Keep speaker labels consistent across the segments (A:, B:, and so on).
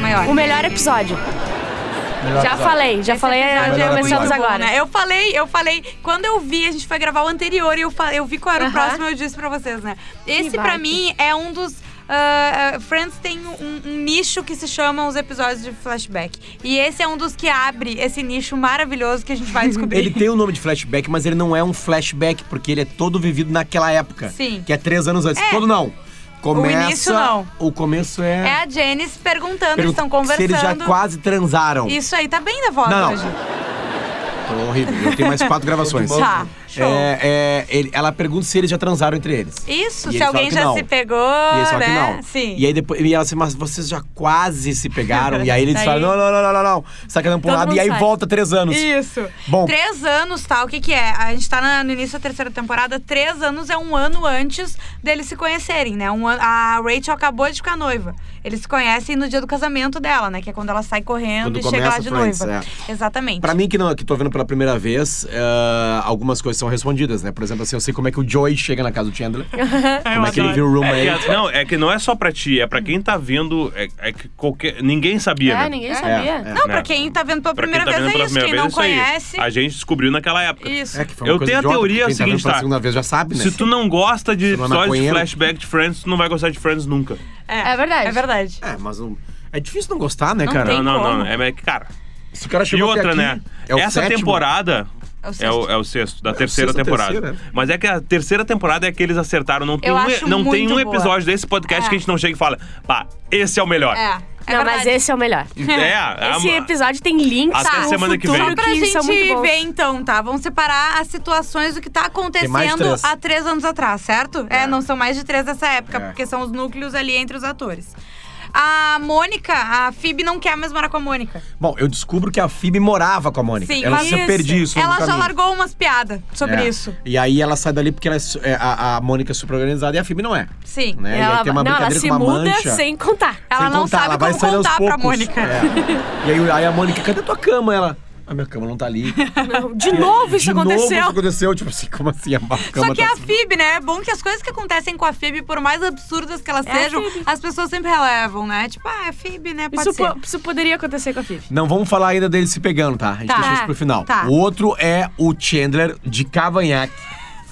A: maior.
B: O melhor episódio.
C: Melhor
B: Já
C: episódio.
B: falei, já falei,
C: episódio
B: já
C: é
B: começamos
C: muito bom,
B: agora.
A: Né? Eu falei, eu falei, quando eu vi, a gente foi gravar o anterior e eu, fa- eu vi qual era
B: Aham.
A: o próximo, eu disse pra vocês, né? Esse pra
B: baita.
A: mim é um dos. ah, ah, Friends tem um, um nicho que se chama os episódios de flashback. E esse é um dos que abre esse nicho maravilhoso que a gente vai descobrir.
C: Ele tem o nome de flashback, mas ele não é um flashback, porque ele é todo vivido naquela época.
A: Sim.
C: Que é três anos antes. Todo não. Começa.
A: início não.
C: O começo é.
A: É a Janice perguntando, eles
C: Pergunta
A: estão conversando.
C: Se eles já quase transaram.
A: Isso aí tá bem da voz
C: Não, não.
A: hoje.
C: Tô horrível. Eu tenho mais quatro gravações.
A: Tá, show.
C: É, é, ele- ela pergunta se eles já transaram entre eles.
A: Isso,
C: E
A: se
C: eles
A: alguém
C: falam que
A: já
C: não.
A: se pegou,
C: E eles
A: né?
C: falam que não.
A: Sim.
C: E aí depois e ela assim, mas vocês já quase se pegaram. e aí eles
A: Daí-
C: falam, não, não, não, não, não, não. Sacanam pra um
B: Todo
C: lado e
B: mundo
C: aí
B: sai.
C: volta três anos.
A: Isso.
C: Bom.
A: Três anos, tá? O que que é? A gente tá na- no início da terceira temporada. Três anos é um ano antes deles se conhecerem, né? Um ano- a Rachel acabou de ficar noiva. Eles se conhecem no dia do casamento dela, né? Que é quando ela sai correndo
C: Quando
A: e chega lá
C: começa
A: de
C: Friends, é.
A: noiva. Exatamente.
C: Pra mim, que, não, que tô vendo pela primeira vez, eh, algumas coisas são respondidas, né? Por exemplo, assim, eu sei como é que o Joey chega na casa do Chandler. como é que ele vira o roommate.
D: É que- não, é que não é só pra ti, é pra quem tá vendo. É, é que qualquer. Ninguém sabia,
B: É,
D: né?
B: ninguém
C: É,
B: sabia.
A: Não, pra
D: né?
A: quem tá vendo pela
D: Pra
A: primeira
D: quem tá vendo
A: vez é
D: pela
A: isso.
D: primeira
A: Quem
D: vez,
A: não
D: é isso
A: conhece.
D: aí. A gente descobriu naquela época.
A: Isso.
C: É que foi uma
D: Eu
C: coisa
D: tenho a
C: idiota,
D: teoria
C: porque quem tá
D: seguinte,
C: vendo pela
D: tá?
C: segunda vez já sabe, né?
D: Se tu não gosta de
C: Se não é
D: episódios de
C: maconheiro.
D: flashback de Friends, tu não vai gostar de Friends nunca.
B: É verdade.
A: É verdade.
C: É, mas não- é difícil não gostar, né,
A: Não
C: cara?
A: tem.
D: Não, não,
A: como.
D: não. É, é que, cara.
C: Se o cara
D: E
C: chegou até
D: outra,
C: aqui,
D: né?
C: é o
D: Essa
C: sétimo.
D: temporada.
A: É o
D: É
A: sexto.
D: o, é o sexto, da
C: É, o
D: terceira
C: sexto,
D: temporada.
C: terceira. né?
D: Mas é que a terceira temporada é que eles acertaram. Não tem,
A: Eu
D: um,
A: acho
D: não tem
A: muito
D: um
A: boa.
D: episódio desse podcast
A: É.
D: que a gente não chega e fala, pá, esse é o melhor.
A: É. é
B: não, mas
A: verdade.
B: esse é o melhor.
D: É,
B: Esse
D: a-
B: episódio tem links
D: Até
B: pro
D: semana que vem.
B: futuro
A: Só pra
B: são é muito
A: gente
B: bons.
A: ver então, tá? Vamos separar as situações do que tá
C: mais
A: acontecendo
C: três.
A: há três anos atrás, certo? É, não são mais de três dessa época,
C: É.
A: porque são os núcleos ali entre os atores. A Mônica, a Phoebe não quer mais morar com a Mônica.
C: Bom, eu descubro que a Phoebe morava com a Mônica.
A: Sim,
C: ela
A: mas
C: se perdi isso no
A: Ela já
C: caminho.
A: largou umas piadas sobre
C: É.
A: isso.
C: E aí ela sai dali porque ela é su- é, a, a Mônica é super organizada e a Phoebe não é.
A: Sim.
C: Né? e
B: Ela,
C: aí tem uma
B: não, ela
C: brincadeira
B: se
C: com uma
B: muda
C: mancha. É,
B: sem contar.
A: Ela
C: Sem
A: não
C: contar,
A: sabe
C: ela vai
A: como
C: saindo aos
A: contar pra
C: poucos.
A: Mônica.
C: É. E aí, aí a Mônica, cadê tua cama? Ela, a minha cama não tá ali.
B: Não, de novo isso
C: De novo
B: aconteceu.
C: isso aconteceu. Tipo assim, como assim? A cama
A: Só que
C: tá
A: é a
C: assim?
A: Phoebe, né? É bom que as coisas que acontecem com a Phoebe, por mais absurdas que elas
B: É a
A: sejam,
B: Phoebe.
A: as pessoas sempre relevam, né? Tipo, ah, é Phoebe, né? Pode
B: Isso,
A: ser.
B: po- isso poderia acontecer com a Phoebe.
C: Não vamos falar ainda deles se pegando, tá? A gente
A: Tá.
C: deixa isso pro final.
A: Tá.
C: O outro é o Chandler de cavanhaque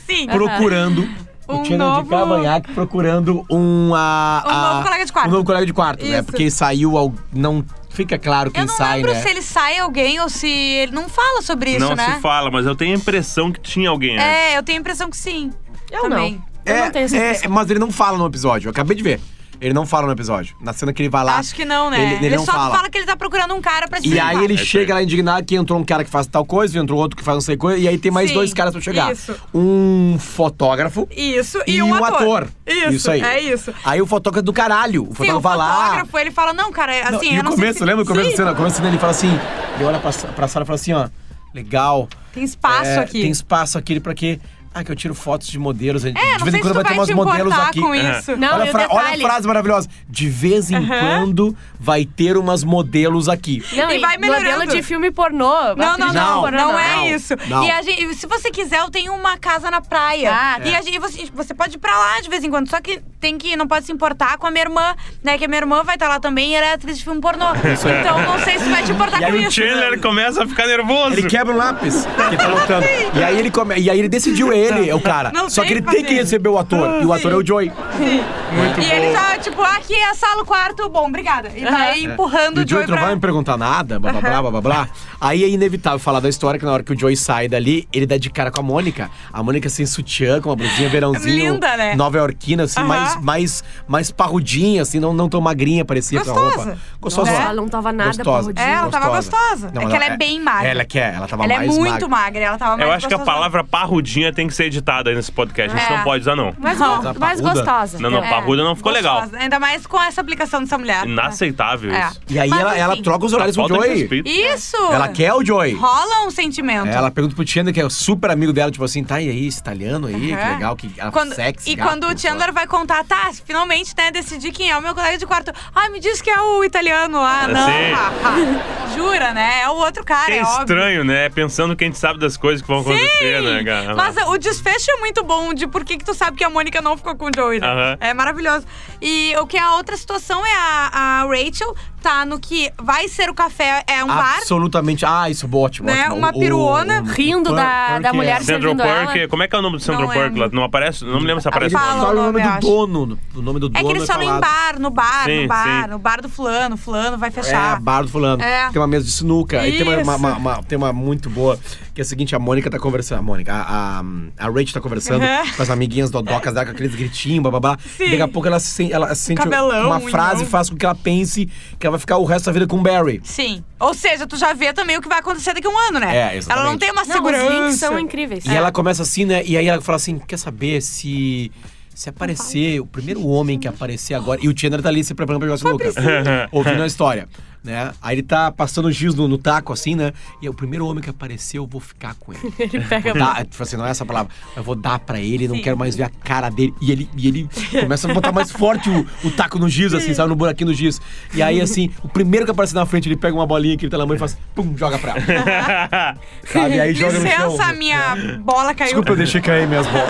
A: Sim.
C: procurando. O
A: Um
C: Chandler
A: novo-
C: de cavanhaque procurando um. ah,
A: Um novo
C: ah,
A: colega de quarto.
C: Um novo colega de quarto, né?
A: Isso.
C: Porque saiu. Ao, não fica claro quem
A: Eu não
C: sai,
A: lembro
C: né?
A: se ele sai alguém ou se ele não fala sobre isso,
D: não
A: né?
D: se fala, mas eu tenho a impressão que tinha alguém né? antes.
A: É, eu tenho a impressão que sim.
B: Eu
A: Também.
B: não. Eu não tenho essa
C: é,
B: impressão.
C: mas ele não fala no episódio. Eu acabei de ver. Ele não fala no episódio. Na cena que ele vai lá.
A: Acho que não, né?
C: Ele, ele não
A: só
C: fala.
A: que ele tá procurando um cara pra se
C: E aí
A: limpar.
C: ele
D: isso
C: chega
D: aí.
C: lá indignado que entrou um cara que faz tal coisa, entrou outro que faz não sei coisa, e aí tem mais
A: Sim,
C: dois caras pra chegar.
A: isso.
C: Um fotógrafo
A: Isso, e,
C: e,
A: um ator.
C: Isso,
A: Isso,
C: aí.
A: é isso.
C: Aí o fotógrafo é do caralho. O
A: Sim, o
C: fotógrafo vai lá.
A: fotógrafo, ele fala, não, cara, assim,
C: Não,
A: eu
C: e o
A: não sei
C: começo,
A: se...
C: lembra o começo da
A: Sim,
C: cena? O começo da cena ele fala assim, ele olha pra, pra Sara e fala assim, ó, legal.
A: Tem espaço
C: é,
A: aqui.
C: Tem espaço aqui pra quê? Ah, que eu tiro fotos de modelos. De
A: É, não
C: vez
A: sei
C: em
A: se
C: quando
A: tu
C: vai ter
A: vai
C: umas
A: te
C: modelos
A: importar
C: aqui.
A: com
D: É.
A: isso.
B: Não,
C: é. olha,
B: e
C: a
B: o
C: fra- olha a
B: detalhe-
C: frase maravilhosa. De vez em quando vai ter umas modelos aqui.
B: Não,
A: E
B: e
A: vai melhorando.
B: modelo de filme pornô.
A: Não, não,
B: atriz de
A: não,
C: Não,
A: não,
B: pornô,
A: é
C: não,
A: isso.
C: não.
A: E a gente- e se você quiser, eu tenho uma casa na praia.
B: Ah,
A: E a gente- e você, você pode ir pra lá de vez em quando, só que tem que não pode se importar com a minha irmã, né? Que a minha irmã vai estar lá também e ela é atriz de filme pornô. Então não sei se vai te importar
C: E aí
A: com
C: o
A: isso.
D: Chandler é começa a ficar nervoso.
C: Ele quebra um lápis que tá lotando. E aí ele come... E aí ele decidiu, ele é o cara.
A: Não
C: Só
A: tem
C: que ele
A: pra
C: tem que
A: ele.
C: receber o ator. E o ator é o Joey.
D: Muito
A: E
D: bom.
A: ele tá tipo, ah, aqui é a sala, o quarto, bom, obrigada. E vai empurrando
C: E
A: o
C: o é
A: Joey
C: Joey não vai
A: pra...
C: me perguntar nada, blá blá blá blá blá blá. Aí é inevitável falar da história que na hora que o Joey sai dali, ele dá de cara com a Mônica. A Mônica sem sutiã, com uma blusinha verãozinho.
A: Linda, né?
C: Nova Yorkina, assim,
A: Aham.
C: mais, mais, mais parrudinha, assim, não, não tão magrinha, parecia
A: Gostosa.
C: pra roupa.
B: Nossa,
C: Gostosa.
B: ela não tava nada
C: Gostosa.
B: pra
A: É, ela tava gostosa.
C: Não,
A: é que ela é bem magra.
C: Ela que é, ela tava
A: Ela é
C: mais
A: muito magra.
C: magra.
A: ela tava mais
D: Eu acho que a
A: gostosona.
D: palavra parrudinha tem que ser editada aí nesse podcast. A gente
A: É.
D: não pode usar, não.
B: Mas,
A: Não.
B: go- mas
C: Parruda?
B: gostosa.
D: Não, não,
B: É.
D: parruda não ficou legal.
A: Gostosa. Ainda mais com essa aplicação dessa mulher.
D: Inaceitável
A: É.
D: isso.
C: E aí
A: Mas,
C: ela, ela
A: enfim.
C: troca os horários com o
D: Falta de
C: Joey.
D: respeito.
A: Isso!
C: Ela quer o Joey.
A: Rola um sentimento.
C: Ela pergunta pro Chandler, que é o super amigo dela, tipo assim, tá e aí, esse italiano aí, que
A: É.
C: legal, que ela
A: Quando-
C: sexy.
A: E
C: gato,
A: quando o
C: sei lá.
A: Chandler vai contar, tá, finalmente, né, decidi quem é o meu colega de quarto. Ai, me diz que é o italiano lá. não,
D: sim.
A: ha, ha. Jura, né? É o outro cara,
D: Que
A: é óbvio.
D: estranho, né? Pensando que a gente sabe das coisas que vão acontecer, né, cara?
A: Mas o desfecho é muito bom de por que, que tu sabe que a Mônica não ficou com o Joey, né?
D: Aham.
A: É maravilhoso. E E o que é a outra situação é a, a Rachel tá no que vai ser o café, é um bar.
C: Absolutamente. Ah, isso, ótimo.
A: Né,
C: ótimo.
A: uma
C: O- o-
A: piruona.
B: Rindo
C: Por-
B: da-
C: por
B: da
C: quê?
B: mulher
D: Central
B: servindo ela.
D: Park, como é que é o nome do Central
A: Não
D: Park
A: lembro.
D: lá? Não aparece, não me lembro se aparece.
A: Fala.
D: nome.
C: Fala
A: o
C: o nome
A: nome, eu
C: do
A: acho.
C: dono. O nome do
A: É
C: dono
A: que eles falam em
C: falado.
A: bar, no bar,
D: Sim,
A: no bar,
D: sim.
A: no bar do fulano, fulano vai fechar.
C: É, bar do fulano.
A: É.
C: Tem uma mesa de sinuca. Aí tem uma, uma-
A: Isso.
C: uma- uma- tem uma muito boa, que é o seguinte, a Mônica tá conversando. A Mônica, a, a, a Rachel tá conversando
A: Uhum.
C: com as amiguinhas dodocas dela, com aqueles gritinhos, bababá.
A: Sim.
C: Daqui a pouco ela, se, sen- ela sente
A: Cabelão, então.
C: uma frase
A: unhão.
C: e faz com que ela pense que ela vai ficar o resto da vida com o Barry.
A: Sim. Ou seja, tu já vê também o que vai acontecer daqui a um ano, né?
C: É, exatamente.
A: Ela não tem uma
B: Não, Os links
A: segurança.
B: são incríveis. É.
C: E ela começa assim, né? E aí ela fala assim: quer saber se. Se aparecer, o primeiro homem que aparecer agora. E o Chandler tá ali se preparando pra jogar com o Lucas. Ouvindo a história. Né? Aí ele tá passando giz no, no taco, assim, né? E é o primeiro homem que aparecer, eu vou ficar com ele.
B: Ele pega
C: Dá, tipo assim, não é essa palavra. Eu vou dar pra ele, não quero mais ver a cara dele. E ele, e ele começa a botar mais forte o, o taco no giz, assim, sabe? No buraquinho do giz. E aí, assim, o primeiro que aparece na frente, ele pega uma bolinha que ele tá na mão e faz, pum, joga pra ela. Sabe? Aí joga no chão.
A: Licença, minha bola caiu.
C: Desculpa, eu deixei cair minhas bolas.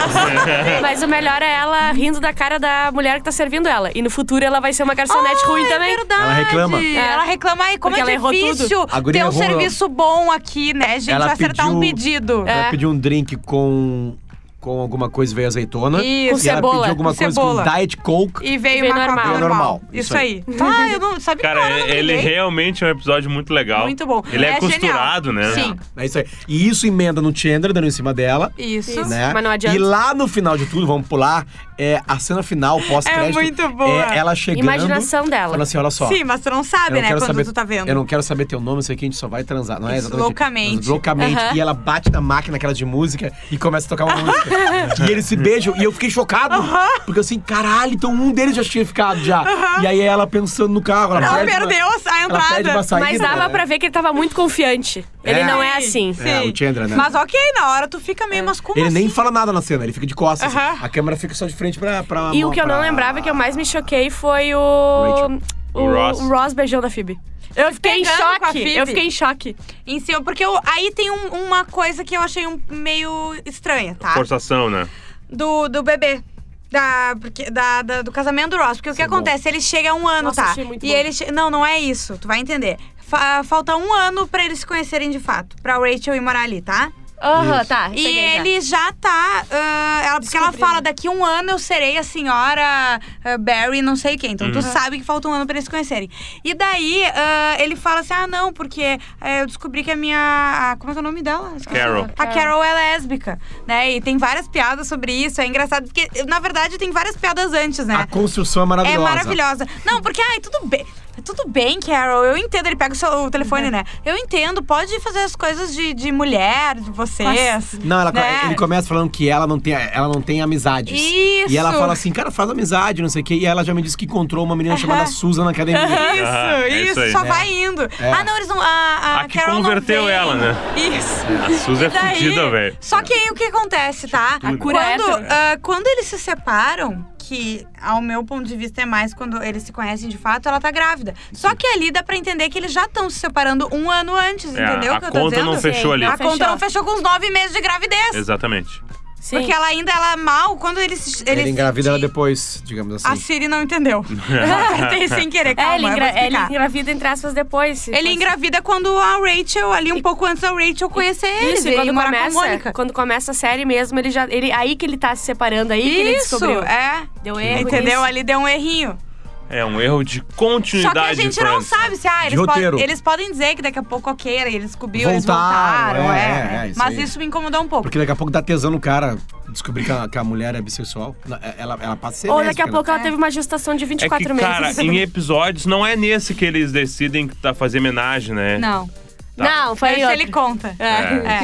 B: Mas o melhor é ela rindo da cara da mulher que tá servindo ela. E no futuro ela vai ser uma garçonete
A: Ah,
B: ruim
A: é
B: também.
A: verdade.
C: Ela reclama.
A: É. Ela reclama aí, como
B: Porque ela
A: é
B: errou
A: difícil
C: A guria
A: ter um
C: errou.
A: serviço bom aqui, né, gente?
C: Ela
A: Vai acertar um pedido.
B: É.
C: Ela pediu um drink com, com alguma coisa, veio azeitona.
A: Isso.
B: Com
C: e ela
B: cebola,
C: pediu alguma
A: com
C: coisa
A: cebola.
C: com Diet Coke.
A: E veio
B: Veio
A: uma
B: normal.
A: normal.
C: Veio normal,
A: Isso
C: isso
A: aí. Tá, eu não sabia
D: Cara,
A: qual era o nome
D: ele
A: dele.
D: realmente é um episódio muito legal.
A: Muito bom.
D: Ele é,
A: É
D: costurado,
A: genial.
D: né?
A: Sim.
C: É isso aí. E isso emenda no Chandler, dando em cima dela.
A: Isso.
B: Isso.
C: né?
B: Mas não adianta.
C: E lá no final de tudo, vamos pular, é a cena final, pós-crédito.
A: É muito boa.
C: É ela chegando.
B: Imaginação dela.
C: Falando assim, olha só.
A: Sim, mas tu não
C: eu
A: sabe,
C: não
A: né,
C: quero
A: quando
C: saber,
A: tu tá vendo.
C: Eu não quero saber teu nome, isso aqui a gente só vai transar. Não é
A: Isso,
C: exatamente.
A: loucamente.
C: Mas loucamente.
B: Aham.
C: E ela bate na máquina, aquela de música, e começa a tocar uma música. e eles se beijam, e eu fiquei chocado. Porque assim, caralho, então um deles já tinha ficado já. E aí é ela pensando no carro. Ela,
A: Ela
C: perde uma-
A: perdeu a
C: ela
A: entrada.
C: perde uma saída,
B: Mas dava
C: né?
B: pra ver que ele tava muito confiante. Ele
C: É.
B: não é assim.
C: É, o Chandra, né?
A: Mas ok, na hora tu fica meio, mas como
C: Ele
A: assim?
C: nem fala nada na cena, ele fica de costas.
A: Aham.
C: assim. A câmera fica só de frente pra. pra
B: E o que eu não
C: pra-
B: lembrava
A: é
B: que eu mais me choquei foi o.
C: tá. Rachel.
B: O,
D: O Ross.
B: o Ross beijando a Phoebe. Eu fiquei em
A: Pegando com a
B: choque.
A: Phoebe.
B: Eu fiquei em choque.
A: Em cima, porque eu- aí tem um- uma coisa que eu achei um- meio estranha, tá?
D: Forçação, né?
A: Do, do bebê. Da, porque, da, da- do casamento do Ross. Porque o que
C: é bom.
A: acontece? Ele chega a um ano,
B: Nossa,
A: tá?
B: achei muito
A: e
B: bom.
A: ele. che- Não, não é isso. Tu vai entender. Fa- falta um ano pra eles se conhecerem de fato. Pra Rachel ir morar ali, tá?
B: Aham, tá.
A: E
B: peguei já.
A: ele já tá. ah, ela, porque ela
B: Descobrindo.
A: fala: daqui um ano eu serei a senhora ah, Barry, não sei quem. Então tu sabe que falta um ano pra eles se conhecerem. E daí ah, ele fala assim: ah, não, porque eh, eu descobri que a minha. a- como é que é o nome dela? Esqueci.
D: Carol.
A: A Carol é lésbica, né? E tem várias piadas sobre isso. É engraçado, porque na verdade tem várias piadas antes, né?
C: A construção é maravilhosa.
A: É maravilhosa. Não, porque, ai, tudo bem. Tudo bem, Carol. Eu entendo. Ele pega o, seu, o
C: Uhum.
A: telefone, né? Eu entendo. Pode fazer as coisas de, de mulher, de vocês.
C: Não, ela-
A: né?
C: ele começa falando que ela não tem, ela não tem amizades.
A: Isso.
C: E ela fala assim, cara, faz amizade, não sei o quê. E ela já me disse que encontrou uma menina chamada Susan na academia.
A: Isso,
D: Ah, é
A: isso.
D: isso aí.
A: só
D: É.
A: vai indo.
C: É.
A: Ah, não, eles não. A, a,
D: A que
A: Carol não
D: converteu
A: vem.
D: ela, né?
A: Isso.
D: A Suzy
A: E
D: é
A: daí-
D: fudida, velho.
A: Só que aí o que acontece, tá?
D: A
B: cura
A: quando,
B: hétero.
A: ah, quando eles se separam, que ao meu ponto de vista é mais quando eles se conhecem de fato, ela tá grávida. Só que ali dá pra entender que eles já estão se separando um ano antes,
D: É,
A: entendeu?
D: a
A: o que eu tô
D: conta
A: dizendo?
D: não fechou ali.
A: A
B: Fechou.
A: conta não fechou com uns nove meses de gravidez.
D: Exatamente.
B: Sim.
A: Porque ela ainda, ela mal, quando eles.
C: Ele
A: eles
C: engravida ela depois, digamos assim.
A: A Siri não entendeu. Eu apertei sem querer, calma,
B: é, ele,
A: eu vou
B: engra ele
A: explicar.
B: engravida entre aspas depois. se
A: Ele
B: fosse-
A: engravida quando a Rachel, ali um pouco antes da Rachel conhecer ele.
B: Isso, e quando
A: morar com a
B: começa,
A: Mônica.
B: quando começa a série mesmo, ele já. Ele, aí que ele tá se separando, aí que ele
A: Isso,
B: descobriu.
A: é.
B: Deu erro.
A: Entendeu?
B: nisso.
A: Ali deu um errinho.
D: É um erro de
A: Só que a
D: continuidade,
A: gente
D: Friends.
A: não sabe se ah,
C: De
A: eles, po-
C: roteiro.
A: eles podem dizer que daqui a pouco ok, eles descobriram, eles
C: Voltaram,
A: voltaram.
C: é,
A: É,
C: é, isso
A: Mas
C: aí.
A: isso me incomodou um pouco.
C: Porque daqui a pouco dá tesão no cara descobrir que a, que a mulher é bissexual. Ela, ela passa a ser
B: Ou daqui a
C: lésbica, né?
B: pouco ela teve uma gestação de
D: É
B: 24
D: que, cara,
B: meses.
D: em episódios, não é nesse que eles decidem que tá fazer homenagem, né?
A: Não.
B: Não, foi
A: isso
B: outro.
A: ele conta.
D: É,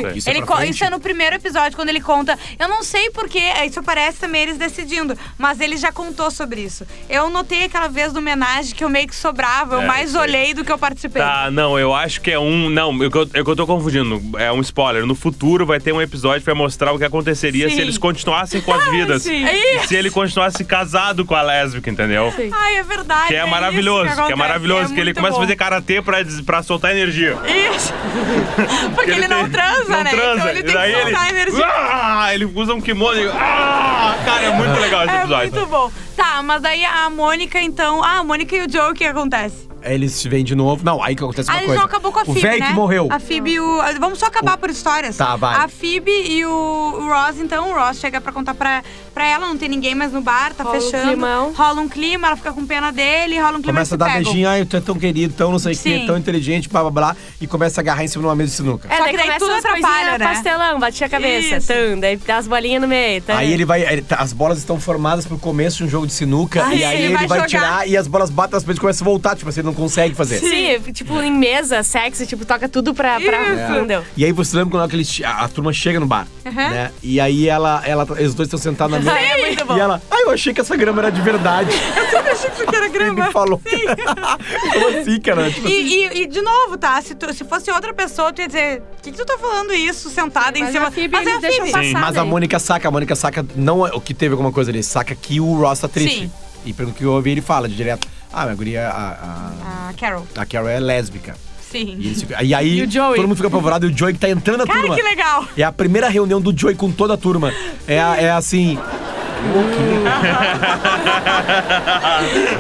A: É.
C: isso é
A: Ele
C: pra
A: co-
C: frente.
A: isso é no primeiro episódio, quando ele conta. Eu não sei porque, isso parece também eles decidindo, mas ele já contou sobre isso. Eu notei aquela vez do homenagem que eu meio que sobrava, eu
D: É,
A: mais
D: isso aí.
A: olhei do que eu participei.
D: Tá, não, eu acho que é um. Não, eu, que eu- eu que eu tô confundindo. É um spoiler. No futuro vai ter um episódio que vai mostrar o que aconteceria
A: Sim.
D: se eles continuassem com as vidas.
B: sim.
D: E se ele continuasse casado com a lésbica, entendeu?
B: Sim.
A: Ai, é verdade.
D: Que é
A: isso
D: maravilhoso, que, é
A: acontece,
D: maravilhoso,
A: é
D: que ele
A: muito
D: começa a
A: bom.
D: fazer karatê pra, des- pra soltar energia.
A: Isso. verdade. Porque ele, não
D: tem-
A: transa,
D: não
A: né? então
D: transa.
A: ele tem
D: Daí
A: que soltar a
D: ele,
A: energia.
D: Ah, ele usa um kimono e... Ah, cara, é muito legal esse
A: É
D: episódio.
A: muito bom. Tá, mas daí a Mônica, então. Ah, a Mônica e o Joe, o que acontece?
C: Aí Eles vêm de novo. Não, aí que acontece
A: Ah,
C: uma
A: eles
C: coisa.
A: não acabou com a
C: O
A: Phoebe,
C: velho
A: né?
C: que morreu.
A: A Phoebe e o... Vamos só acabar por histórias.
C: Tá, vai.
A: A Phoebe e o o Ross, então. O Ross chega pra contar pra, pra ela, não tem ninguém mais no bar, tá
B: Rola um
A: fechando.
B: climão.
A: rola um clima, ela fica com pena dele, rola um clima
C: Começa a
A: eles se
C: dar
A: pegam.
C: beijinho, ai, tu é tão querido, tão não sei o quê,
A: Sim.
C: tão inteligente, blá blá blá, e começa a agarrar em cima de uma mesa de sinuca.
A: É,
B: É,
A: Só
B: daí
A: que daí
B: começa
A: tudo
B: umas
A: atrapalha,
B: coisinhas,
A: né?
B: Pastelão, bati a cabeça,
A: Isso.
B: tum, daí dá as bolinhas no meio. tum.
C: Aí ele vai. ele- tá, as bolas estão formadas pro começo de um jogo de sinuca,
A: Ah,
C: e aí
A: sim,
C: ele vai,
A: vai jogar.
C: tirar e as bolas batem nas paredes e começam a voltar, tipo assim, ele não consegue fazer.
B: Sim, tipo, em mesa, sexo, tipo, toca tudo pra. pra
A: Isso.
B: Não deu.
C: Tá. E aí você lembra quando aquele, che- a, a turma chega no bar,
A: Uhum.
C: né? E aí ela, ela, eles dois estão sentados na mesa.
B: Aí é muito bom. É
C: E ela, ah, eu achei que essa grama era de verdade.
A: Eu sempre achei que isso aqui era
C: Ele
A: grama.
C: me falou. Como assim, cara? Tipo,
A: E, e- e, de novo, tá? Se, tu- se fosse outra pessoa, tu ia dizer: o que, que tu tá falando isso, sentada em
B: Mas
A: cima?
B: a Phoebe, eles deixam
A: é Phoebe.
B: passar,
D: Sim.
C: Mas a
B: né?
C: Mônica saca, a Mônica saca, não é o que teve alguma coisa ali, saca que o Ross tá triste.
A: Sim.
C: E pelo que eu ouvi, ele fala de direto. Ah, minha guria, a,
A: Ah, Carol,
C: a, a Carol é lésbica. E,
A: sim.
C: eles ficam- e aí,
B: E o Joey?
C: todo mundo fica apavorado e o Joey que tá entrando na
A: Cara,
C: turma.
A: que legal.
C: É a primeira reunião do Joey com toda a turma. É, a- é assim.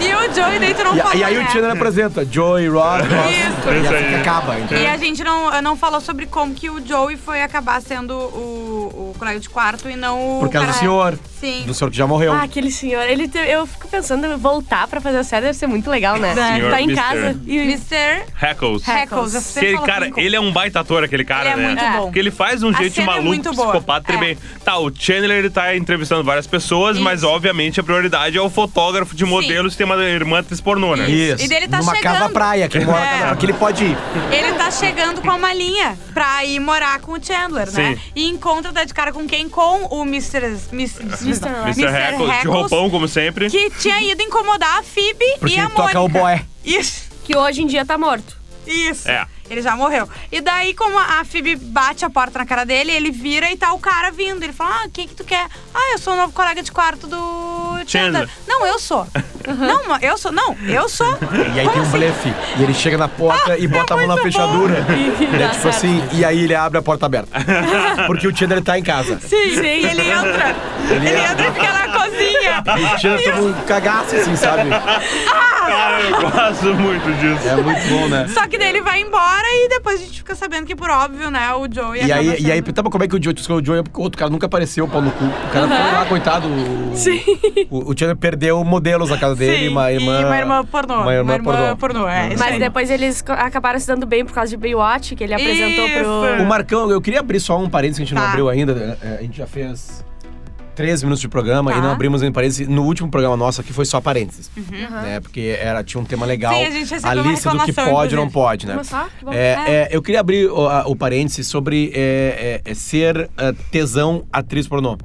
A: E o Joey, daí tu não
C: E,
A: falou,
C: e aí
A: né?
C: o Chandler apresenta Joey, Ross, Ross.
A: Isso.
C: E
D: Isso
C: assim que
D: aí.
C: acaba, entendeu?
A: E é a gente não, não falou sobre como que o Joey foi acabar sendo o, o colega de quarto e não o.
C: Por causa é do
A: um cara-
C: senhor.
A: Sim.
C: Do senhor que já morreu.
B: Ah, aquele senhor, ele te- eu fico pensando, voltar pra fazer a série deve ser muito legal, né?
D: Senhor
B: tá em
D: Mr.
B: casa e.
A: Mr.
D: Heckles.
A: Heckles. Eu sempre
D: Que ele,
A: falo
D: cara,
A: Hinkle.
D: ele é um baita ator, aquele cara,
A: Ele é
D: né?
A: muito bom.
D: Porque ele faz um
A: A
D: jeito
A: cena é
D: maluco,
A: muito boa. É.
D: psicopata, tremendo. Tá, o Chandler, ele tá entrevistando várias pessoas,
A: Isso.
D: mas obviamente a prioridade é o fotógrafo de modelos que tem uma irmã atriz pornô, né?
C: Isso.
A: E dele tá
C: Numa
A: chegando.
C: casa praia, que ele mora na
A: É.
C: casa praia, que ele pode ir.
A: Ele tá chegando com a malinha pra ir morar com o Chandler, né?
D: Sim.
A: E encontra tá de cara com quem? Com o Mr. Miss-
D: Mr. Heckles, de roupão, como sempre.
A: que tinha ido incomodar a Phoebe
C: Porque
A: e a
C: ele toca
A: Mônica.
C: o boé.
A: Isso.
B: Que hoje em dia tá morto.
A: Isso.
D: É.
A: Ele já morreu. E daí, como a Phoebe bate a porta na cara dele, ele vira e tá o cara vindo. Ele fala: Ah, o que que tu quer? Ah, eu sou o novo colega de quarto do Chandler.
D: Chandler.
A: Não, eu sou. "Uhum." Não, ma- eu sou. Não, eu sou. assim?
C: E aí tem um blefe. E ele chega na porta e bota a mão
A: É
C: na
A: muito bom.
C: fechadura.
B: Dá
C: Ele é tipo
B: certo.
C: assim, e aí ele abre a porta aberta. Porque o Chandler tá em casa.
A: Sim, sim. E ele entra. Ele, entra e fica na cozinha.
C: E o Chandler toma um cagaço, assim, sabe?
D: Cara, eu gosto muito disso.
C: É muito bom, né?
A: Só que daí ele vai embora e depois a gente fica sabendo que, por óbvio, né, o Joey
C: E
A: acaba
C: aí, e aí,
A: sendo-
C: tá, mas como é que o Joey tu escolheu o Joey? Porque o outro cara nunca apareceu, pau no cu. O cara foi lá, coitado. O, Sim. O, o Chandler perdeu modelos na casa dele,
A: Sim,
C: uma irmã.
A: e uma irmã pornô.
C: Uma irmã, pornô. Uhum.
A: é, isso
B: Mas
A: aí.
B: depois eles co- acabaram se dando bem por causa de Baywatch, que ele apresentou
A: Isso.
B: pro.
C: O Marcão, eu queria abrir só um parênteses que a gente não
A: Tá.
C: abriu ainda. é, é, A gente já fez 13 minutos de programa
B: Tá.
C: e não abrimos em parênteses. No último programa nosso aqui foi só parênteses. Né? Porque era, tinha um tema legal.
A: Uhum. Sim, a gente recebeu uma
C: lista do que
A: reclamação,
C: pode e não
A: inclusive.
C: pode, né?
B: Uma só? Que bom.
C: É, é, eu queria abrir o, a- o parênteses sobre é, é, é, ser é, tesão atriz pornô.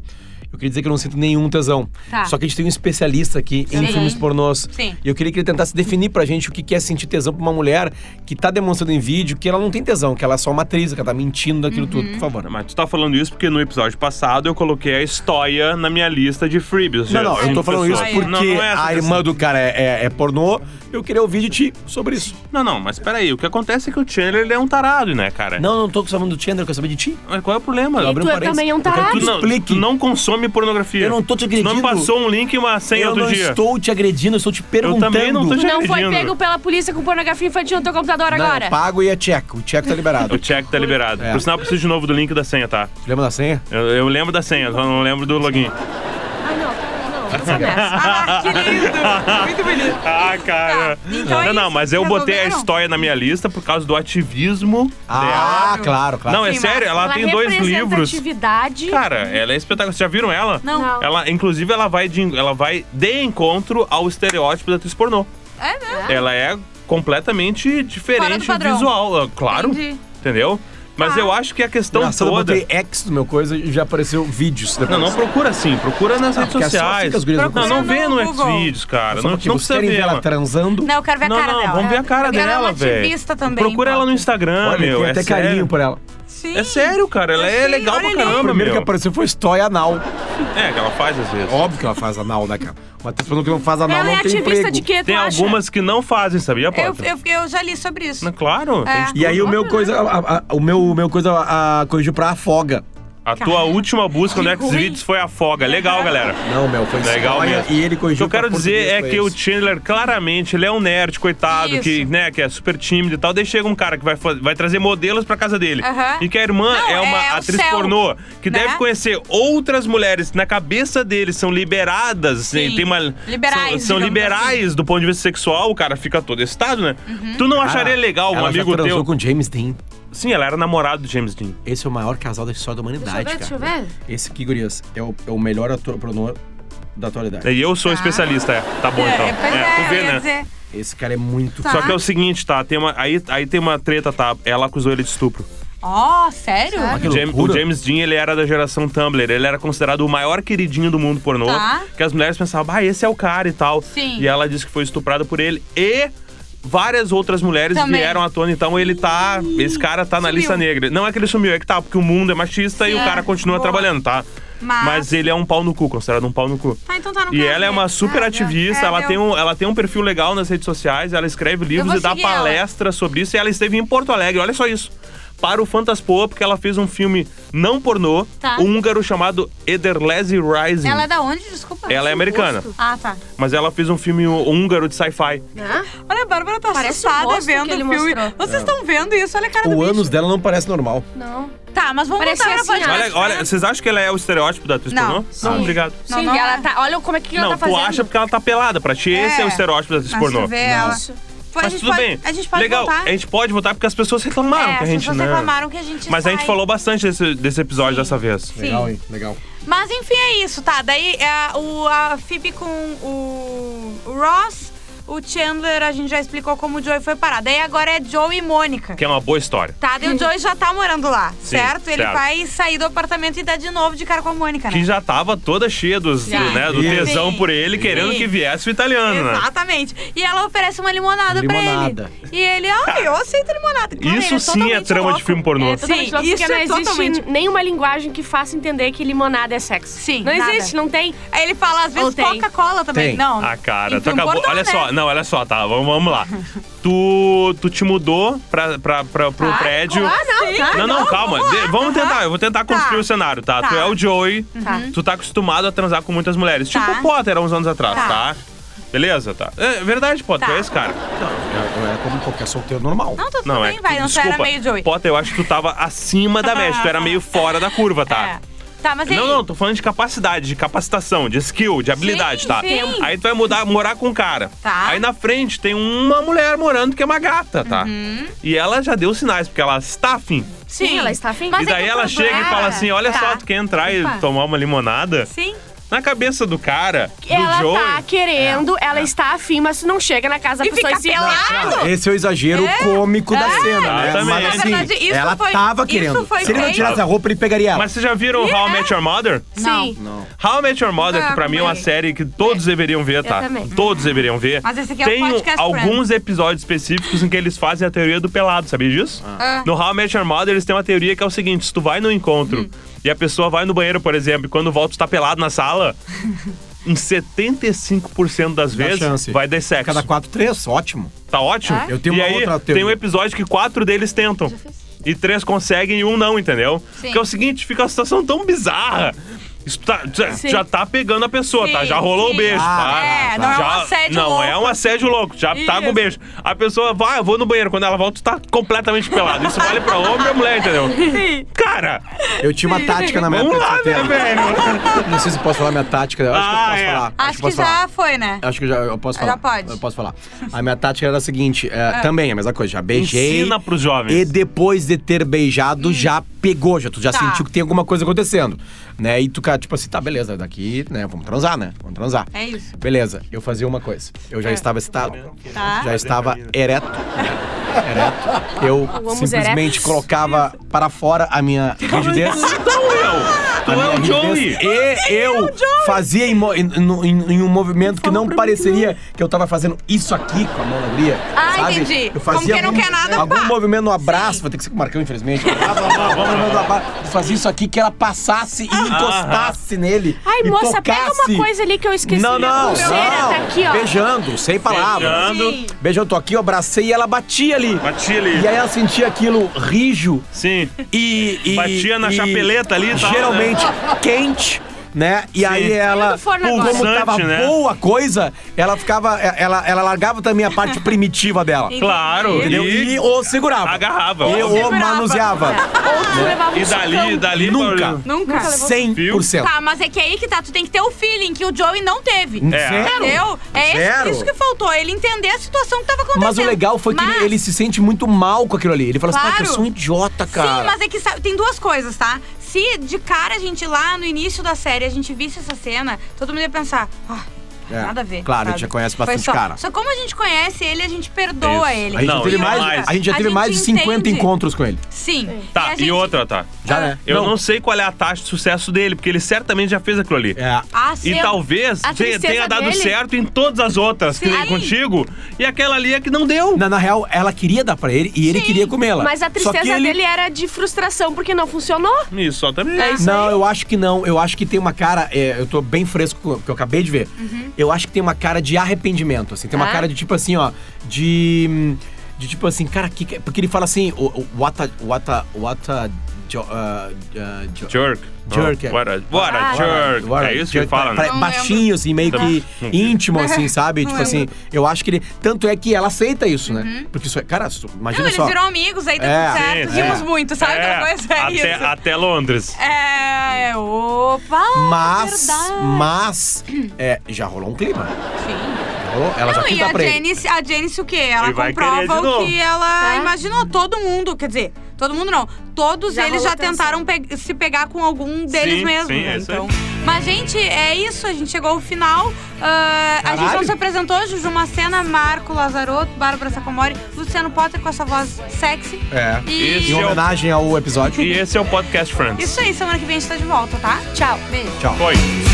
C: Eu queria dizer que eu não sinto nenhum tesão.
A: Tá.
C: Só que a gente tem um especialista aqui em
A: Sim.
C: filmes pornôs.
A: Sim.
C: E eu queria que ele tentasse definir pra gente o que que é sentir tesão pra uma mulher que tá demonstrando em vídeo que ela não tem tesão, que ela é só uma atriz, que ela tá mentindo daquilo tudo, por favor.
D: Mas tu tá falando isso porque no episódio passado eu coloquei a história na minha lista de freebies.
C: Não, não, eu tô falando isso porque
D: é Não, não é essa
C: a irmã do cara é, é- é pornô. Eu queria ouvir de ti sobre isso.
D: Não, não, mas peraí, o que acontece é que o Chandler ele é um tarado, né, cara?
C: Não, não tô falando do Chandler, eu quero saber de ti.
D: Mas qual é o problema?
C: Eu abri
B: tu é
C: parênteses.
B: também um
C: Eu quero
B: tarado.
C: que Tu
D: Tu não,
C: explique.
D: tu não consome pornografia.
C: Eu não tô te
D: Tu
C: agredindo.
D: não passou um link e uma senha
C: eu
D: outro
C: não
D: dia.
C: estou te agredindo, eu estou te
D: Eu
C: perguntando.
D: também não tô te
B: Tu não foi
D: agredindo.
B: pego pela polícia com pornografia infantil no teu computador
C: Não,
B: agora.
C: pago e é tcheco. O tcheco tá liberado.
D: O check tá liberado.
C: É.
D: Por sinal, eu preciso de novo do link da senha, tá?
C: Lembra da senha?
D: Eu, eu lembro da senha, só não lembro do login.
B: Ah, não, não, não começa.
A: Ah, que lindo! Muito bonito.
D: Ah, cara.
A: Tá, então é
D: não, não,
A: isso.
D: mas eu botei a
A: Resolveram?
D: história na minha lista por causa do ativismo dela.
C: Ah, claro, claro.
D: Não, é
A: Sim, mas
D: sério, ela tem dois livros.
B: Representatividade.
D: Cara, ela é espetacular. Vocês já viram ela?
A: Não.
B: Não.
D: Ela, inclusive, ela vai de, ela vai de encontro ao estereótipo da atriz pornô.
A: É mesmo?
D: Ela é completamente diferente
A: padrão.
D: visual, ah, claro.
A: Entendi.
D: Entendeu? Mas
A: Tá.
D: eu acho que a questão
C: Engraçado, eu
D: então toda.
C: botei X no meu coisa e já apareceu vídeos depois.
D: Não, não procura assim, procura nas redes
C: porque é só assim
D: sociais.
C: que as gurias não
D: não, não
A: conseguem.
D: vê no
A: Google.
D: Xvideos, cara.
C: Só
D: Não, não
C: porque vocês
D: precisa
C: querem
D: ver.
C: ver ela
D: Ela.
C: transando.
A: Não, eu quero ver a
D: Não,
A: cara
D: não,
A: dela.
D: vamos ver a cara
A: Porque Ela é
D: dela,
A: uma
D: velho.
A: ativista também.
D: Procura ela no
A: importa.
D: Instagram,
C: Olha,
D: meu.
C: tem
D: é
C: até
D: sério.
C: carinho por ela.
A: Sim.
D: É sério, cara. Ela é
A: Sim,
D: legal pra
A: olha ali.
D: caramba,
C: primeiro que
D: meu.
C: apareceu foi história anal.
D: É, que ela faz às vezes.
C: Óbvio que ela faz anal, né, cara? Uma atriz falando que não faz anal
B: Ela
C: não
B: é
C: tem
B: ativista
C: emprego.
B: de quê, tu
D: Tem
B: acha?
D: algumas que não fazem, sabia,
A: Eu,
D: Potter?
A: eu, eu já li sobre isso.
D: Não, Claro.
A: É.
D: tem de
C: E aí o
D: tudo.
C: meu coisa, a- a- o meu, o meu coisa a, a- corrigiu pra afoga.
D: A tua última busca no
A: ruim.
D: Xvideos foi a foga. Legal, galera.
C: Não, meu, foi
D: Legal
C: história
D: mesmo.
C: e ele
D: O que
C: corrigiu
D: eu quero
C: pra
D: dizer é
C: português,
D: que
C: foi
D: o
C: isso.
D: Chandler, claramente, ele é um nerd, coitado,
A: Isso.
D: que, né, que é super tímido e tal. Daí chega um cara que vai, fa- vai trazer modelos pra casa dele.
A: Aham.
D: E que a irmã
A: Não,
D: é uma
A: é o
D: atriz
A: céu,
D: pornô que
A: né?
D: deve conhecer outras mulheres que na cabeça dele são liberadas. assim,
A: Sim.
D: Tem uma,
A: Liberais,
D: são, são
A: digamos assim.
D: liberais do ponto de vista sexual, o cara fica todo excitado, né?
A: Uhum.
D: Tu não acharia
C: Cara,
D: legal um
C: Ah, ela já
D: amigo
C: transou
D: teu.
C: com James Dean.
D: Sim, ela era namorada do James Dean.
C: Esse é o maior casal da história da humanidade,
B: Deixa eu
C: cara.
B: ver, deixa eu
C: Esse aqui, gurias, é o, é o melhor ator pornô da atualidade.
D: E eu sou especialista, é. Tá bom, então.
A: É, pois é,
D: tu vê,
A: eu ia
D: né?
A: dizer.
C: Esse cara é muito...
A: Tá.
D: Só que é o seguinte, tá? Tem uma, aí, aí tem uma treta, tá? Ela acusou ele de estupro.
A: Ó, sério?
C: Sério? Que
D: O Jam-
C: loucura.
D: o James Dean, ele era da geração Tumblr. Ele era considerado o maior queridinho do mundo pornô.
A: Tá.
D: Que as mulheres pensavam, ah, esse é o cara e tal.
A: Sim.
D: E ela disse que foi estuprada por ele. E várias outras mulheres
A: Também.
D: vieram à tona. Então ele tá... Esse cara tá na
A: Sumiu.
D: lista negra. Não é que ele sumiu, é que tá. Porque o mundo é machista e
A: Sim.
D: o cara continua
A: Boa.
D: trabalhando, tá?
A: Mas-
D: ele é um pau no cu, considerado um pau no cu.
A: Tá, então tá no
D: E ela é uma super ativista, ela, tem
A: um
D: um, ela tem um perfil legal nas redes sociais, ela escreve livros
A: vou
D: e dá
A: seguir ela.
D: palestra sobre isso. E ela esteve em Porto Alegre, olha só isso. Para o Fantaspop, porque ela fez um filme não pornô, um
A: Tá.
D: húngaro chamado Ederlese Rising.
A: Ela é da onde? Desculpa.
D: Ela é americana.
A: Ah, tá.
D: Mas ela fez um filme húngaro de sci-fi.
B: ver.
A: Olha, a Bárbara tá
B: Parece o
A: assustada
B: rosto que
A: vendo o
B: ele
A: filme.
B: mostrou.
A: Vocês
D: É.
A: estão vendo isso? Olha a cara do
C: O
A: bicho.
C: ânus dela não parece normal.
B: Não.
A: Tá, mas vamos
B: Parecia
A: voltar pra
B: assim,
A: podcast.
D: Olha, olha, vocês acham que ela é o estereótipo da atriz
A: Não.
D: pornô?
A: Sim.
D: Não, obrigado.
A: Não,
B: Sim,
A: não
B: ela
A: é.
B: tá. Olha como é que ela
D: não,
B: tá fazendo.
D: tu acha porque ela tá pelada. Pra ti, esse é o estereótipo da atriz
A: Mas
D: pornô.
A: tu vê ela.
B: Isso.
A: Foi, a
D: Mas
A: gente
D: tudo
A: pode-
D: bem.
A: A gente pode
D: Legal,
A: voltar.
D: a gente pode votar porque as pessoas reclamaram
A: é,
D: que a
A: as
D: gente
A: pessoas
D: né?
A: reclamaram que a gente
D: Mas a gente
A: sai.
D: falou bastante desse, desse episódio dessa vez.
A: Sim.
C: Legal, hein? Legal.
A: Mas enfim, é isso, tá? Daí é, o, a Phoebe com o, o Ross, o Chandler, a gente já explicou como o Joey foi parar. Daí agora é Joe e Mônica.
D: Que é uma boa história.
A: Tá, daí o Joey já tá morando lá, certo? Ele
D: certo.
A: vai sair do apartamento e dar de novo de cara com a Mônica, né?
D: Que já tava toda cheia dos,
A: Sim.
D: do, né, do
C: Sim.
D: tesão por ele,
A: Sim.
D: querendo que viesse o italiano, né?
A: Exatamente. E ela oferece uma limonada,
C: Limonada.
A: pra ele. E ele, ah, eu aceito limonada. Claro, ele
D: Isso sim é
A: totalmente
D: trama
A: louco.
D: de filme pornô.
B: É totalmente
A: Sim,
B: louco, porque
A: isso
B: não
A: é
B: existe
A: totalmente-
B: nenhuma linguagem que faça entender que limonada é sexo.
A: Sim,
B: Não
A: nada.
B: existe, não tem.
A: Aí ele fala, às vezes,
B: Ou tem?
A: Coca-Cola também.
C: Tem.
A: Não.
D: Ah, cara,
A: Em
D: tu
A: filme
D: acabou.
A: pornô,
D: olha
A: né?
D: só, não, olha só, tá, vamos, vamos lá. tu, tu te mudou pra, pra, pra, pro prédio.
B: Ah, não, tá.
D: Não, não, calma.
A: vamos
D: de-
A: lá.
D: Vamos, tentar, eu vou tentar construir o cenário, tá?
A: Tá.
D: Tu é o Joey,
B: Tá.
D: tu tá acostumado a transar com muitas mulheres.
A: Tá.
D: Tipo o Potter há uns anos atrás,
A: Tá.
D: tá? Beleza, tá? É verdade, Potter,
A: Tá.
D: é esse cara.
C: Não, é, é como qualquer solteiro normal.
A: Não, tá tudo
D: Não, é.
A: bem, vai.
D: tu-
A: Não, só
D: desculpa,
A: era meio Joey.
D: Potter, eu acho que tu tava acima da média, tu era meio fora da curva, tá?
A: É. Tá, mas aí...
D: Não, não, tô falando de capacidade, de capacitação, de skill, de habilidade, tá?
A: sim.
D: Aí tu vai mudar, morar com um cara.
A: Tá.
D: Aí na frente tem uma mulher morando que é uma gata, tá?
A: Uhum.
D: E ela já deu sinais, porque ela está afim.
A: Sim,
B: ela está afim.
A: Mas
D: e daí
A: é que o
D: ela
A: problema-
D: chega e fala assim: olha
A: Tá.
D: só, tu quer entrar
A: Opa.
D: e tomar uma limonada?
A: Sim.
D: Na cabeça do cara,
B: Ela
D: do Joey.
B: tá querendo, ela está afim, mas tu não chega na casa da
A: E
B: pessoa
A: fica
B: e se Ah,
A: pelado.
C: Esse é o exagero
A: É,
C: cômico da
A: é,
C: cena, né?
D: exatamente.
C: Mas
D: Na
A: verdade,
C: assim,
A: isso
C: ela
A: foi-
C: tava
A: isso
C: querendo.
A: foi
C: Se ele não
A: feito.
C: tirasse a roupa, ele pegaria ela.
D: Mas vocês já viram How I Met Your Mother?
A: Não.
B: Sim.
C: Não.
D: How I Met Your Mother,
A: Ah,
D: que pra mim é uma
A: também.
D: série que todos deveriam ver, tá?
B: também.
D: Todos deveriam ver.
A: É. Mas esse aqui é o
D: Tem um
A: podcast
D: alguns episódios específicos em que eles fazem a teoria do pelado, sabia disso?
A: Ah.
D: No How I Met Your Mother, eles têm uma teoria que é o seguinte: se tu vai no encontro
A: Hum.
D: e a pessoa vai no banheiro, por exemplo, e quando volta tu tá pelado na sala, em 75% das
C: Dá
D: vezes
C: chance.
D: vai dar sexo.
C: Cada quatro, três, ótimo.
D: Tá ótimo?
C: É? Eu tenho
D: e
C: uma
D: aí,
C: outra
D: Tem
C: teoria.
D: um episódio que quatro deles tentam. E três conseguem e um não, entendeu?
A: Sim.
D: Que é o seguinte, fica uma situação tão bizarra. Isso tá- já,
B: Sim.
D: já tá pegando a pessoa,
A: Sim,
D: tá? Já rolou
A: sim.
D: o beijo,
C: Ah,
D: tá?
A: é, não é um
D: já,
A: assédio
D: Não,
A: louco.
D: é um assédio louco. Já tá com
A: Isso.
D: o beijo. A pessoa vai, "Ah, eu vou no banheiro. Quando ela volta, tu tá completamente pelado. Isso vale pra homem ou mulher, entendeu? Sim. Cara,
C: Eu tinha uma tática na minha
D: vamos lá, né,
C: solteiro.
D: velho?
C: Não sei se posso falar minha tática. Eu acho que eu
D: Ah,
C: posso
D: é.
C: falar.
A: Acho que
C: posso falar. É
A: já foi, né?
C: Acho que eu já eu posso falar.
A: Já pode. Ah.
C: Eu posso falar. A minha tática era a seguinte: é, também a mesma coisa, já beijei.
D: Ensina pros jovens.
C: E depois de ter beijado, já pegou, já, tu já
A: Hum. Tá.
C: sentiu que tem alguma coisa acontecendo. Né? E tu, cara, tipo assim, tá, beleza, daqui, né, vamos transar, né? Vamos transar.
A: É isso. É.
C: Beleza, eu fazia uma coisa. Eu já estava excitado.
A: Tá.
C: Já estava ereto. ereto. Eu
B: Vamos
C: simplesmente
B: eretos.
C: colocava para fora a minha rigidez.
D: Então, meu, é tu
C: a
D: é o
C: minha rigidez.
D: é Joey.
C: E eu fazia em, mo- em- no- em- em um movimento que não pareceria que, eu tava fazendo isso aqui com a mão na guria.
A: Ah,
C: sabe?
A: entendi.
C: Eu fazia
A: Como quem não
C: algum-
A: quer nada,
C: Algum
A: pá.
C: movimento no abraço, vou ter que ser com o Marcão, infelizmente. Blá, blá, blá, blá, blá, blá, blá. Eu fazia isso aqui que ela passasse e encostasse nele.
B: Ah. Ai,
C: e
B: moça, pega
C: tocasse.
B: uma coisa ali que eu esqueci.
C: Não,
B: Minha
C: não,
B: pulseira
C: não.
B: tá aqui, ó.
C: Beijando, sem palavras.
D: Beijando.
C: Beijando, tô aqui, eu abracei e ela batia ali.
D: Batia ali.
C: E aí ela sentia aquilo rijo
D: Sim.
C: e, e-
D: Batia na
C: e
D: chapeleta ali e tal, né?
C: geralmente quente né e aí ela
B: do forno
C: como
B: agora.
C: tava
D: Pulsante, né?
C: boa a coisa ela ficava é, ela ela largava também a parte primitiva dela
D: Claro.
C: entendeu e,
D: E,
C: ou segurava
D: agarrava.
C: e ou
A: segurava.
C: manuseava
B: Ou tu levava um
D: e dali,
B: socão.
D: dali.
C: nunca
A: Nunca.
C: 100%
A: Tá, mas é que aí que tá. Tu tem que ter o feeling que o Joey não teve.
D: É.
C: zero
A: Entendeu? É esse-
C: Zero.
A: isso que faltou. Ele entender a situação que tava acontecendo.
C: mas o legal foi que ele-
A: Mas-
C: ele se sente muito mal com aquilo ali ele fala assim
A: Claro.
C: "Cara, eu sou um idiota cara
A: Sim, mas é que sabe, tem duas coisas, tá? Se de cara a gente lá no início da série a gente visse essa cena, todo mundo ia pensar. "Ah,
C: É,
A: Nada a ver.
C: claro, a
A: sabe?
C: gente já conhece
A: Foi
C: bastante
A: só,
C: cara.
A: Só como a gente conhece ele, a gente perdoa
D: Isso.
A: ele.
C: a gente já
D: Não,
C: teve
D: e
C: mais,
D: mais.
C: a gente já
A: A
C: teve
A: gente
C: mais de 50
A: entende.
C: encontros com ele
A: Sim.
D: Tá,
A: a
D: e
A: gente-
D: outra, tá?
C: já né
D: Eu não. sei qual é a taxa de sucesso dele, porque ele certamente já fez aquilo ali.
C: é
A: Ah, sim.
D: E talvez
B: a
D: te-
B: tristeza
D: tenha dado
B: dele-
D: certo em todas as outras que
A: Sim.
D: deu contigo. E aquela ali é que não deu.
C: Na, na real, ela queria dar pra ele e ele queria comê-la.
B: Mas a
C: Só que
B: tristeza
C: ele-
B: dele era de frustração, porque não funcionou.
D: Isso, só também.
B: É isso
C: Não,
B: aí.
C: eu acho que não. Eu acho que tem uma cara. é, eu tô bem fresco com o que eu acabei de ver.
A: Uhum.
C: Eu acho que tem uma cara de arrependimento, assim. Tem uma
B: Ah.
C: cara de tipo assim, ó. De. De tipo assim, cara, que, que- porque ele fala assim, o, o what a. What a. What a. jo- ah, ah, jo-
D: Jerk.
C: Jerk, é.
D: Oh, what a, what a
B: Ah.
D: jerk.
C: What a
D: é isso
C: jerk,
D: que
C: pra-
D: fala, né? Tá.
C: pra-
A: Não
C: Baixinho, assim, meio que íntimo, assim, sabe?
A: Não
C: Tipo assim,
A: lembro. Uhum.
C: eu acho que ele. Tanto é que ela aceita isso, né? Porque isso é. Cara, isso-
A: Não,
C: imagina
A: eles
C: só.
A: viram amigos, aí deu
C: É.
A: tudo certo.
D: Sim,
A: Rimos
C: sim.
A: muito, sabe?
D: É,
A: Aquela coisa é
D: até,
A: isso.
D: até Londres.
A: É. Opa!
C: Mas,
A: Verdade.
C: mas, é, já rolou um clima.
A: Sim.
C: Já rolou, ela já
A: Não, e
B: tá
C: quita
A: a
C: pra ele.
A: Janice, a Janice o quê? Ela
D: Ele vai querer de
A: comprova o
D: novo.
A: que ela
B: É.
A: imaginou. Todo mundo, quer dizer, todo mundo não. Todos
B: Já
A: eles
B: rolou
A: já
B: tensão.
A: tentaram pe- se pegar com algum deles
D: Sim,
A: mesmo.
D: sim,
A: né?
D: é isso aí.
A: então. Mas, gente, é isso. A gente chegou ao final. Ah, a gente
C: Caralho.
A: não se apresentou, Juju Macena, Marco Lazarotto, Bárbara Sacomori, Luciano Potter com essa voz sexy.
C: É.
A: E
D: Isso.
C: Em homenagem ao episódio.
D: E esse é o Podcast Friends.
A: isso aí, semana que vem a gente tá de volta, tá? Tchau. Beijo.
C: Tchau.
D: Foi.